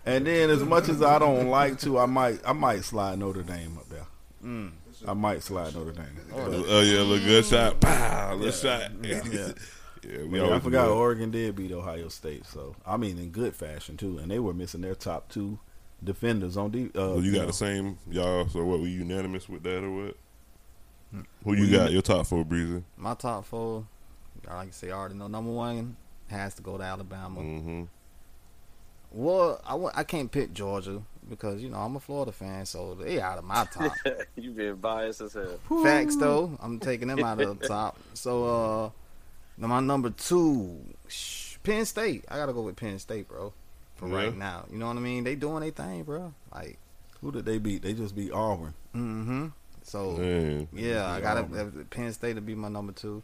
And then, as much as I don't like to, I might I might slide Notre Dame up there. I might slide Notre Dame.
Hmm. Oh, yeah, look good shot. Pow, good shot. Yeah, we
Yeah,
always
I
do
forgot
that.
Oregon did beat Ohio State, so I mean in good fashion too, and they were missing their top two defenders on the. Uh,
Well, you got
know.
the same, y'all. So what? We unanimous with that or what? Who you got? Your top four, Breezer.
My top four, I like to say, I already know. Number one has to go to Alabama.
Mm-hmm.
Well, I w- I can't pick Georgia because you know I'm a Florida fan, so they out of my top.
you being biased as hell.
Facts though, I'm taking them out of the top. So uh, now my number two, shh, Penn State. I gotta go with Penn State, bro. For
Yeah.
right now, you know what I mean. They doing their thing, bro. Like,
Who did they beat? They just beat Auburn.
mm-hmm. So
Man,
yeah, I got to Penn State to be my number two.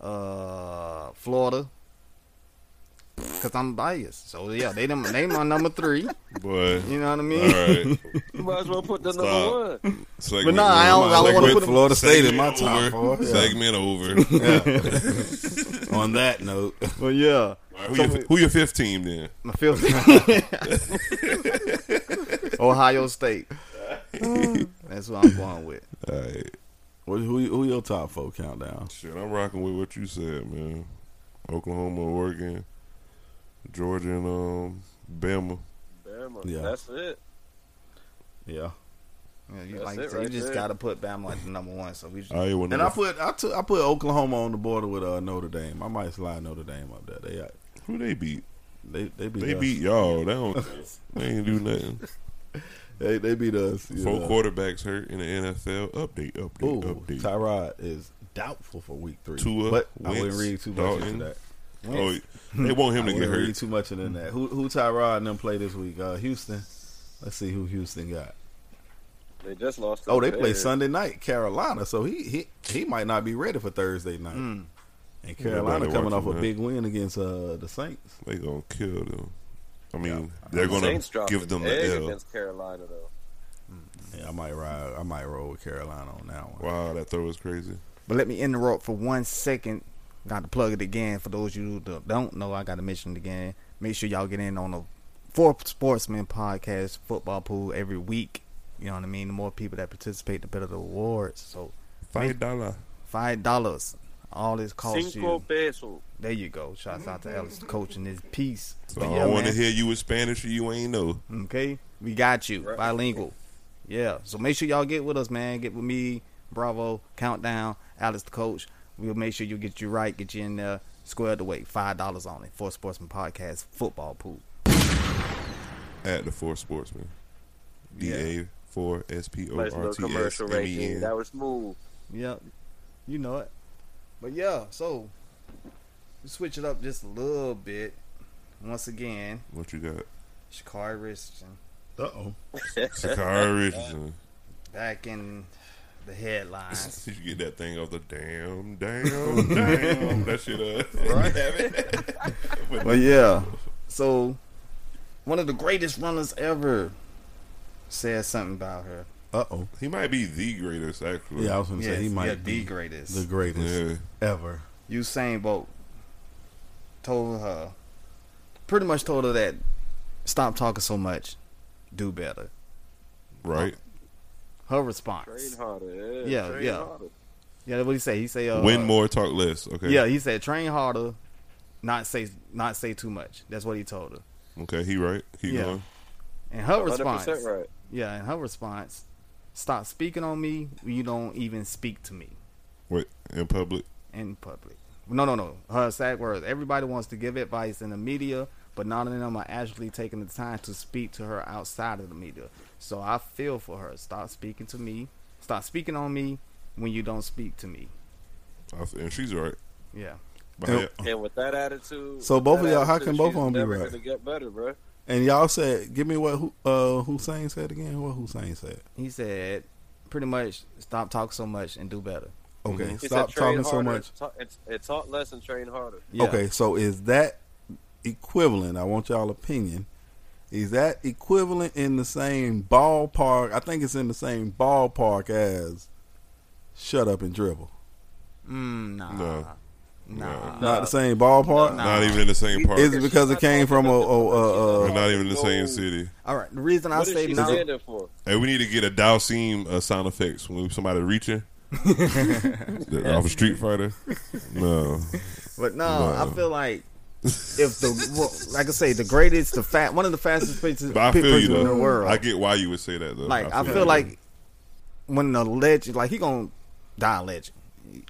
Uh, Florida, cause I'm biased. So yeah, they them, they my number three.
boy.
You know what I
All
mean?
right.
You might as well put the
Stop.
number one.
Segment
But nah, I don't- I don't
over.
wanna put 'em-
Florida State in my
Segment
top
over.
four. Yeah.
Segment over.
on that note,
Well, yeah.
All right, who, your, who your fifth team then?
My fifth. Ohio State. That's what I'm going with.
All right.
what, who who your top four countdown?
Shit, I'm rocking with what you said, man. Oklahoma, Oregon, Georgia, and um, Bama.
Bama,
Yeah.
That's it.
Yeah,
You, know, you
That's
like
it
you
right
just
there.
got to put Bama at the number one. So we just,
Iowa,
and I put I took I put Oklahoma on the border with uh, Notre Dame. I might slide Notre Dame up there. They uh,
who they beat?
they they beat
They
us.
beat y'all. They don't. they ain't do nothing.
they, they beat us. yeah.
Four quarterbacks hurt in the NFL. Update, update,
Ooh,
update.
Tyrod is doubtful for week three.
Tua,
but I
Wentz,
wouldn't read too much
Dalton.
into that.
oh, they want him
I
to get
wouldn't read
hurt.
too much into that. Who who Tyrod and them play this week? Uh, Houston. Let's see who Houston got.
They just lost. to
Oh,
the
they play
Bears.
Sunday night, Carolina. So he he he might not be ready for Thursday night. And Carolina
Nobody
coming off
watching that.
a big win against uh, the Saints.
They gonna kill them. I mean, they're gonna
Saints dropped
give them
an egg
the L.
against Carolina though.
Yeah, I might ride. I might roll with Carolina on that one.
Wow, that throw was crazy.
but let me interrupt for one second. Got to plug it again for those you who don't know. I got to mention it again. Make sure y'all get in on the Four Sportsmen podcast football pool every week. You know what I mean? The more people that participate, the better the awards. So
Five dollar.
five dollars, all this costs
Cinco
you.
pesos.
There you go. Shouts out to Ellis coaching this piece.
So
But
I
yeah,
don't want to
man.
hear you in Spanish or you ain't know.
Okay, we got you
Right.
bilingual. Yeah, so make sure y'all get with us, man. Get with me, Bravo Countdown, Alex the coach. We'll make sure you get you right, get you in there, squared away. Five dollars only for Sportsman Podcast Football Pool.
At the four sportsman. D A four S P O
Nice
R
little
T S
commercial
M
right
E
there.
N.
That was smooth.
Yep, you know it. But yeah, so we switch it up just a little bit. Once again,
What you got?
Shakari Richardson
Uh oh.
Sakari Richardson.
back in the headlines.
Did you get that thing off the damn, damn, damn? That shit uh, up. Right.
Well, yeah. So, one of the greatest runners ever said something about her.
Uh oh.
He might be the greatest, actually.
Yeah, I was gonna
Yes,
say he might
yeah,
be
the greatest.
the greatest
Yeah.
ever.
Usain Bolt told her, pretty much told her that stop talking so much, do better.
Right.
Her
Train
response.
harder. Yeah.
Yeah,
train
yeah.
Harder.
Yeah, that's what he said. He said, uh,
Win more, talk less. Okay.
Yeah, he said train harder, not say not say too much. That's what he told her.
Okay. He right. Keep
Yeah.
going.
And her
100%
response.
right.
Yeah, and her response, stop speaking on me when you don't even speak to me
Wait. In public.
in public. No, no, no. Her exact words. Everybody wants to give advice in the media, but none of them are actually taking the time to speak to her outside of the media. So I feel for her. Stop speaking to me. Stop speaking on me when you don't speak to me.
I s- And she's right.
Yeah.
But
Yep.
yeah,
And with that attitude,
So
with
both
that
of y'all, how
attitude,
can both
she's
of 'em be
never
right?
Gonna get better, bro.
And y'all said, give me what Hu- uh, Hussein said again. What Hussein said?
He said, pretty much, stop talking so much and do better.
Okay,
He said
stop
train
talking so
harder,
much.
ta- It's it's talk less and train harder.
Yeah.
Okay, so is that equivalent? I want y'all opinion. Is that equivalent in the same ballpark? I think it's in the same ballpark as shut up and dribble.
Mm, nah.
No.
Nah.
Not the same ballpark.
No.
Not even in the same park.
Is it because it came from a, a, a,
We're
a
not even in the same
No.
city.
All right. The reason I
What is
say
she
nah.
standing for?
Hey, we need to get a Dalsim uh, sound effects when somebody reaching. That off a Street Fighter. No.
But no,
No.
I feel like if the well, like I say, the greatest, the fat, one of the fastest places
But I feel you
people in the
though.
world.
I get why you would say that though.
like I feel
you.
like when the legend, like he gonna die a legend,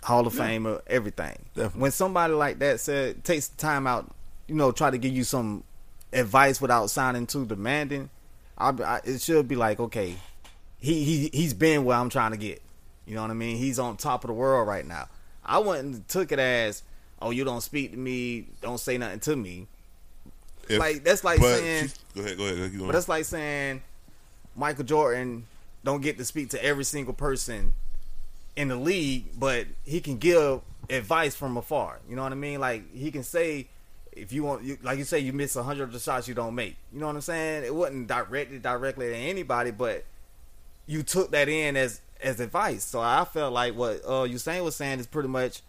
Hall of Fame or everything.
Definitely.
When somebody like that said takes the time out, you know, try to give you some advice without sounding too demanding, I, I it should be like okay, he he he's been where I'm trying to get. You know what I mean? He's on top of the world right now. I wouldn't have took it as oh you don't speak to me, don't say nothing to me.
If-
like that's like
but
saying
she- go ahead, go ahead. keep going.
but that's like saying Michael Jordan don't get to speak to every single person in the league, but he can give advice from afar. You know what I mean? Like he can say if you want, you, like you say, you miss hundred of the shots you don't make. You know what I'm saying? It wasn't directed directly to anybody, but you took that in as as advice. So I felt like what uh, Usain was saying is pretty much,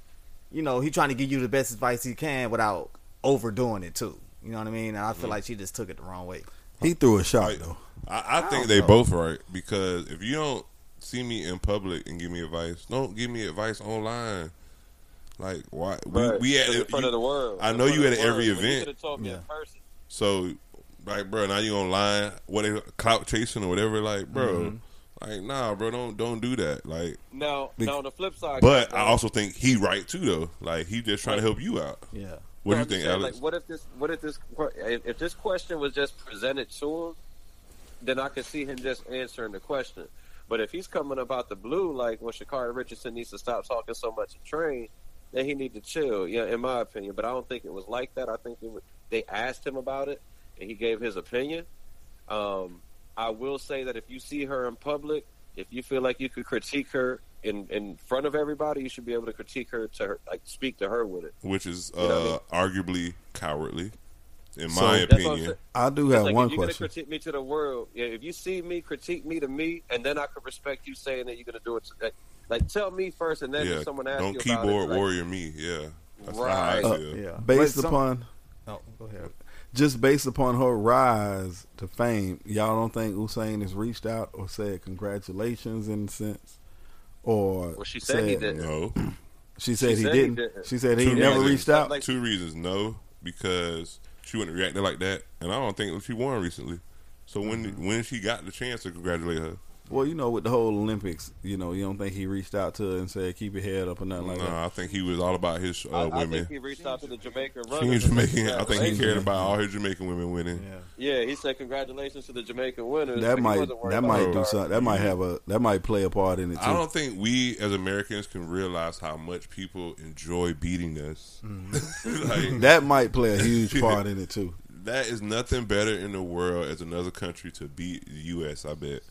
you know, he trying to give you the best advice he can without overdoing it too. You know what I mean? And I feel like she just took it the wrong way.
he threw a shot
Like,
though.
I, I think they both right because if you don't see me in public and give me advice, don't give me advice online. Like why
Right.
we, we at
in front
you-
of the world.
I
In
know
front
you
of
at
the
every
world. When You
event.
could have told me
Yeah.
in person.
so like bro now you online what they clout chasing or whatever like bro
Mm-hmm.
like nah bro don't don't do that like
Now,
Be-
now on the flip side,
but
Captain,
I also think he right too though like he just trying to help you out.
Yeah.
What do you
I'm
think,
saying,
Alex?
Like, what if this? What if this? que- If if this question was just presented to him, then I could see him just answering the question. But if he's coming about the blue, like when Shakari Richardson needs to stop talking so much and train, then he need to chill. Yeah, in my opinion. But I don't think it was like that. I think it was, they asked him about it, and he gave his opinion. Um, I will say that if you see her in public, if you feel like you could critique her in in front of everybody, you should be able to critique her to her, like speak to her with it.
Which is uh,
You know what
arguably cowardly, in
So-
my
That's
what I'm
opinion.
saying.
I do
It's
have
like,
one
if you're
question.
gonna critique me to the world, yeah, if you see me, critique me to me, and then I could respect you saying that you're gonna do it. To, like, like, tell me first, and then
yeah,
if someone asks
don't
you about
keyboard
it, like,
warrior me. Yeah, that's
Right.
how I
Uh,
feel.
Yeah.
Based
But some-
upon
Oh, go ahead.
just based upon her rise to fame, y'all don't think Usain has reached out or said congratulations in a sense, or
Well, she said he didn't.
No,
She said,
She
he,
said he
didn't.
didn't.
She said he
Two
never
reasons.
reached out.
Like-
two reasons. No, because she wouldn't react like that, and I don't think she won recently. So when
Mm-hmm.
when she got the chance to congratulate her,
well, you know, with the whole Olympics, you know, you don't think he reached out to her and said keep your head up or nothing like that.
nah, I think he was all about his uh,
Oh, I, I
women.
think he reached out to the Jamaican
She
runners.
was
and said
Jamaican. I think he
congratulations.
cared about all his Jamaican women winning.
Yeah.
Yeah, he said congratulations to the Jamaican winners. but
That
he
might
wasn't worried
that
about
might
the
do
stars.
something. That might have a that might play a part in it
I
too.
don't think we as Americans can realize how much people enjoy beating us. like,
That might play a huge part in it too.
That is nothing better in the world as another country to beat the U.S. I bet.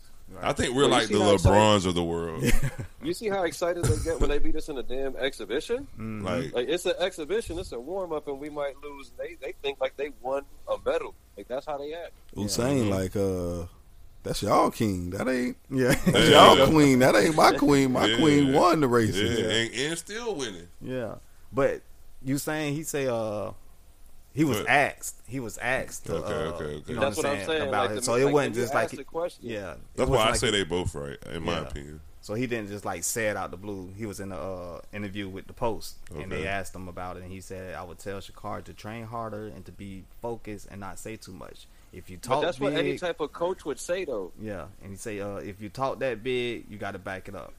I think we're
Well, you
like
see
the
how Mm-hmm. excited-
LeBrons of the world.
You see how excited they get when they beat us in a damn exhibition?
like
Like it's an exhibition, it's a warm up, and we might lose. They they think like they won a medal. Like that's how they act.
Usain like uh, that's y'all king. That ain't
Yeah.
that's
Yeah.
y'all queen. That ain't my queen. My
Yeah.
queen won the
yeah,
races.
And, and still winning.
yeah. But you saying he say uh He was
But-
asked. He was asked. To,
Okay,
uh,
okay, okay.
You know
That's
what I'm saying, about
like,
it.
the-
so it
like,
wasn't
when you
just like
ask the question.
yeah. it
That's
wasn't
why I
like
say
a-
they both right, in my
Yeah.
opinion.
So he didn't just like say it out the blue. He was in a uh, interview with the Post, and
Okay.
they asked him about it, and he said, "I would tell Shakar to train harder and to be focused and not say too much. If you
But
talk
that's
big,
what any type of coach would say, though.
yeah, and he say, uh, if you talk that big, you got to back it up.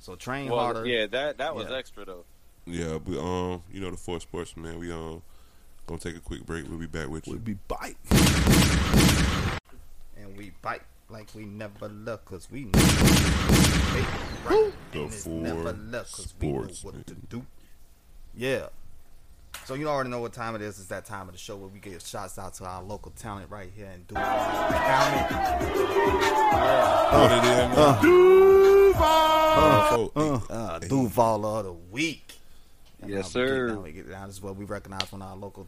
So train
Well,
harder.
yeah, that that was
Yeah.
extra though.
Yeah, but um, you know the four sports man. We um gonna take a quick break. We'll be back with you.
Would be bite.
and we bite like we never look, cause we know
The four sports man.
do. Yeah. So you already know what time it is. It's that time of the show where we give shouts out to our local talent right here and do it.
What it is, man? Oh,
Uh,
Uh, Duval of the week.
Yes,
Now we get
sir.
down, we get down. This is what we recognize one of our local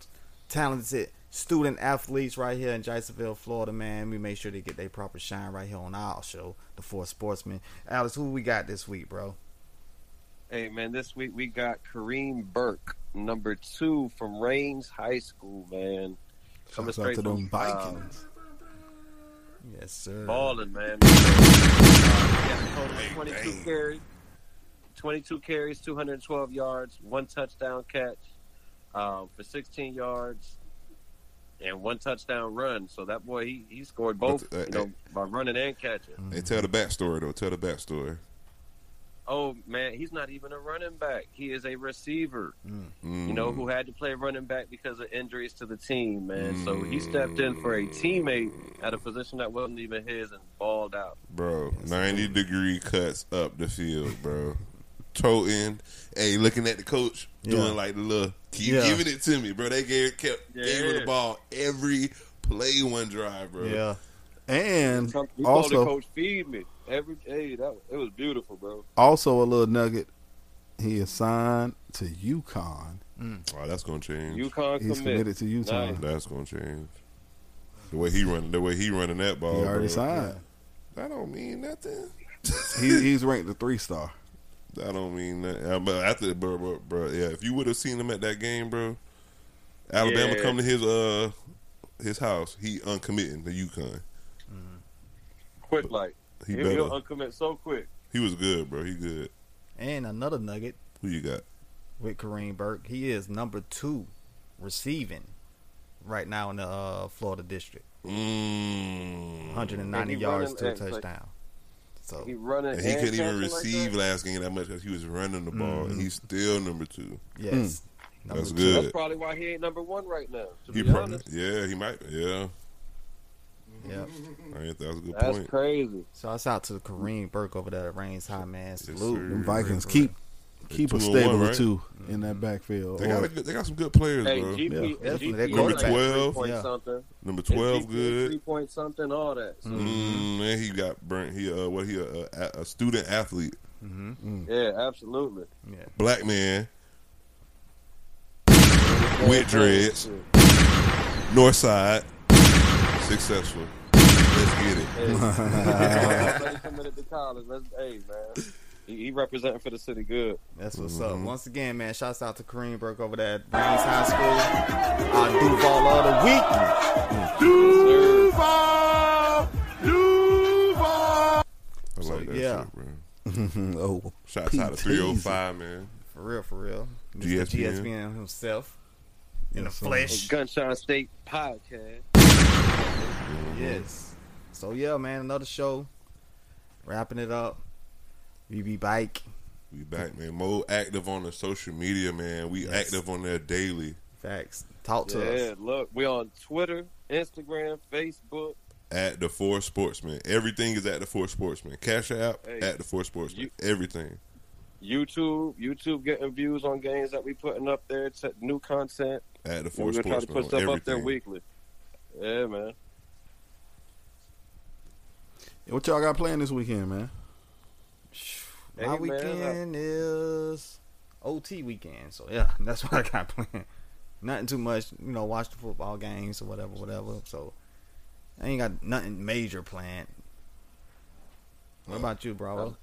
talented student athletes right here in Jacksonville, Florida, man. We make sure they get their proper shine right here on our show, The Four Sportsmen. Alex, who we got this week, bro?
Hey man, this week we got Kareem Burke, number two from Rains High School, man. Coming
Shout out
straight
to
from
them Vikings.
Yes, sir.
balling, man. Uh, yeah, total
Hey,
22
dang.
carries, 22 carries, 212 yards, one touchdown catch um, for 16 yards, and one touchdown run. So that boy, he, he scored both,
But, uh,
you know, by running and catching.
mm.
Hey, tell the backstory though. Tell the backstory.
Oh man, he's not even a running back. He is a receiver.
Mm.
you know, who had to play running back because of injuries to the team, man. So he stepped in for a teammate at a position that wasn't even his and balled out.
bro. Ninety degree cuts up the field, bro. Toting, hey, looking at the coach
Yeah.
doing like the little, keep
Yeah.
giving it to me, bro. They gave kept gave him the
Yeah.
ball every play one drive, bro.
Yeah.
We
And
called the
also,
coach feed me every hey, that was, it was beautiful, bro.
also a little nugget. He is signed to UConn.
Oh, that's gonna change.
UConn
He's
commit.
committed to UConn.
Nice.
That's gonna change. The way he running, the way he running that ball,
He already
bro.
signed.
That don't mean nothing.
He, he's ranked a three star.
That don't mean nothing. Uh, But after, bro, bro, bro, yeah. If you would have seen him at that game, bro, Alabama
Yeah.
come to his uh his house. He uncommitting to UConn.
Quick like
He
he
better.
will uncommit so quick.
He was good, bro. He good.
And another nugget
Who you got?
with Kareem Burke. He is number two receiving right now in the uh, Florida district.
Mm.
190
Mm-hmm. And he
yards
running
to a
at, like-
touchdown. So
He running.
And he
and
couldn't even
catching like
receive
that?
last game that much because he was running the ball. And
Mm.
he's still number two.
yes, number
Mm. That's
two.
good.
That's probably why he ain't number one right now. To
He
be
pro-
honest,
yeah, he might. Yeah,
Yep.
I think that was a good
that's
point.
crazy.
Shouts out to Kareem Burke over there at Reigns High, man.
sir.
Salute.
Them
Right,
Vikings
right.
keep keep
Two
a
and one,
stable or
right? Mm-hmm.
two in that backfield. Oh.
They got, a
Or
good, they got some good players,
Hey,
bro.
GP,
Yeah.
GP
Definitely.
like
Number
12.
three point
Yeah.
something.
Number
And
twelve,
GP
good.
three point something, all that. So,
Mm, man, he got burnt. He uh, what? He a, a, a student athlete,
Yeah, absolutely.
Mm-hmm. Yeah.
black man, with dreads, north side, successful. Let's get it.
Hey, he committed to college. Let's, hey, man. He, he representing for the city good.
That's what's
Mm-hmm.
up. Once again, man, shouts out to Kareem Burke over there at Reigns High School. Our Duval of the week.
Yes, sir.
I
So,
like that
yeah.
shit, bro.
oh,
Shots out of
PTs.
305, man.
For real, for real. Mr.
GSPN.
GSPN himself. In the
Yes, sir.
flesh.
Gunshot State Podcast.
Yes. So yeah, man, another show. Wrapping it up. BB Bike.
We back, man. Mo active on the social media, man. We
Yes.
active on there daily.
Facts. Talk to
yeah,
us.
look, we on Twitter, Instagram, Facebook.
At the four sportsmen. Everything is at the four sportsmen. Cash app
Hey,
at the four sportsmen.
you-
Everything.
YouTube, YouTube getting views on games that we putting up there. It's new content.
At the
We're
four
gonna try to
sportsmen.
put
on
stuff
everything.
up there weekly. Yeah, man.
What y'all got playing this weekend, man?
Hey,
My
man,
weekend is OT weekend. So yeah, that's what I got planned. Nothing too much, you know, watch the football games or whatever, whatever. So
Mm.
I ain't got nothing major planned. What about you, bro?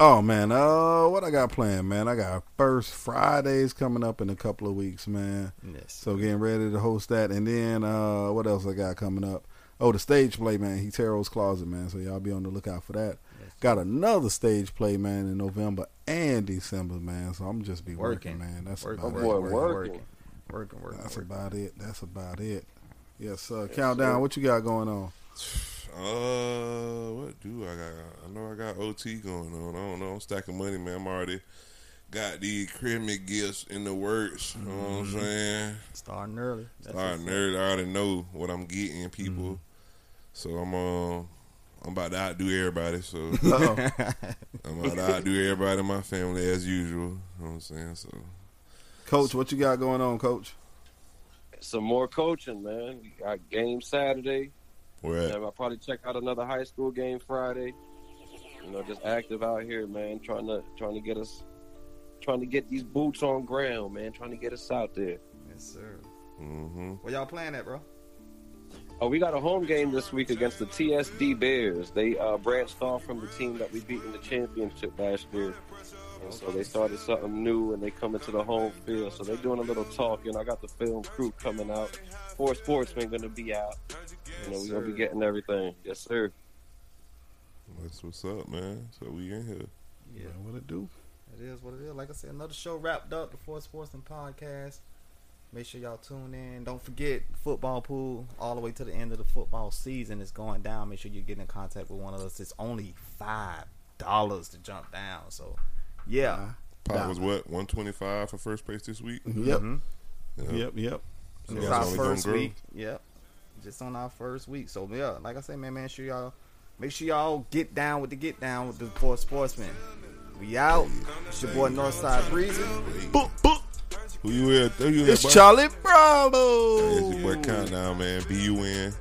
Oh man, uh, what I got planned, man? I got first Fridays coming up in a couple of weeks, man.
Yes.
So getting ready to host that, and then uh, what else I got coming up? Oh, the stage play, man. He Taro's Closet, man. So y'all be on the lookout for that.
Yes.
Got another stage play, man, in November and December, man. So I'm just be
Working.
working, man. That's
Working,
about
Oh, boy,
working,
it. man.
work.
working, working, working,
That's
working.
about it. That's about it. Yes, sir. Countdown. What you got going on?
Uh, what do I got? I know I got OT going on. I don't know. I'm stacking money, man. I'm already got the Christmas gifts in the works. You know what
Mm-hmm.
I'm saying?
Starting early. That's
All right,
what's up.
nerd. I already know what I'm getting, people.
Mm-hmm.
So I'm uh, I'm about to outdo everybody. So
Uh-oh.
I'm about to outdo everybody in my family as usual. You know what I'm saying? So
Coach, what you got going on, Coach?
Some more coaching, man. We got game Saturday.
we're at
And I'll probably check out another high school game Friday. You know, just active out here, man. Trying to trying to get us, trying to get these boots on ground, man. Trying to get us out there.
Yes, sir.
mm-hmm.
Where y'all playing at, bro?
Oh, we got a home game this week against the TSD Bears. They uh, branched off from the team that we beat in the championship last year. And so they started something new and they come into the home field. So they're doing a little talking. I got the film crew coming out. Four sportsmen going to be out. You know, we're going to
sir.
be getting everything. Yes, sir.
That's what's up, man. So we in here.
Yeah,
Man, What it do?
it is what it is. Like I said, another show wrapped up. The Four Sports and Podcast. Make sure y'all tune in. Don't forget football pool all the way to the end of the football season is going down. Make sure you get in contact with one of us. It's only five dollars to jump down. So, yeah.
Uh-huh.
Pop
Nah. Mm-hmm.
was what 125 for first place this week.
Yep.
Mhm.
Yeah.
Yep. Yep.
So
It's
that's
our
only gonna
first
grow.
week. Yep. Just on our first week. So yeah, like I said, man, man, sure y'all make sure y'all get down with the get down with the four sportsmen. We out. It's your boy Northside Breezy.
Book. Book.
Who you with? Who you with,
It's
boy?
Charlie Bravo.
It's your boy Countdown, man. B U N.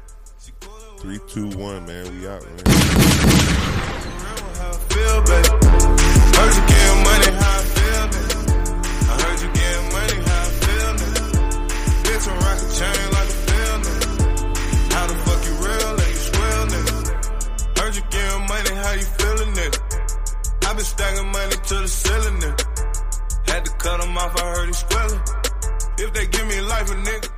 Three, two, one, man. We out, man.
feel, baby. Heard you getting money, how I feel, baby. I heard you getting money, how I feel, baby. Bitch, I'm rockin' chain like a feel, nigga. How the fuck you real and you swell, nigga? Heard you getting money, how you feelin', nigga? I been stacking money to the ceiling, nigga. Had to cut him off, I heard he squealing. If they give me life, a nigga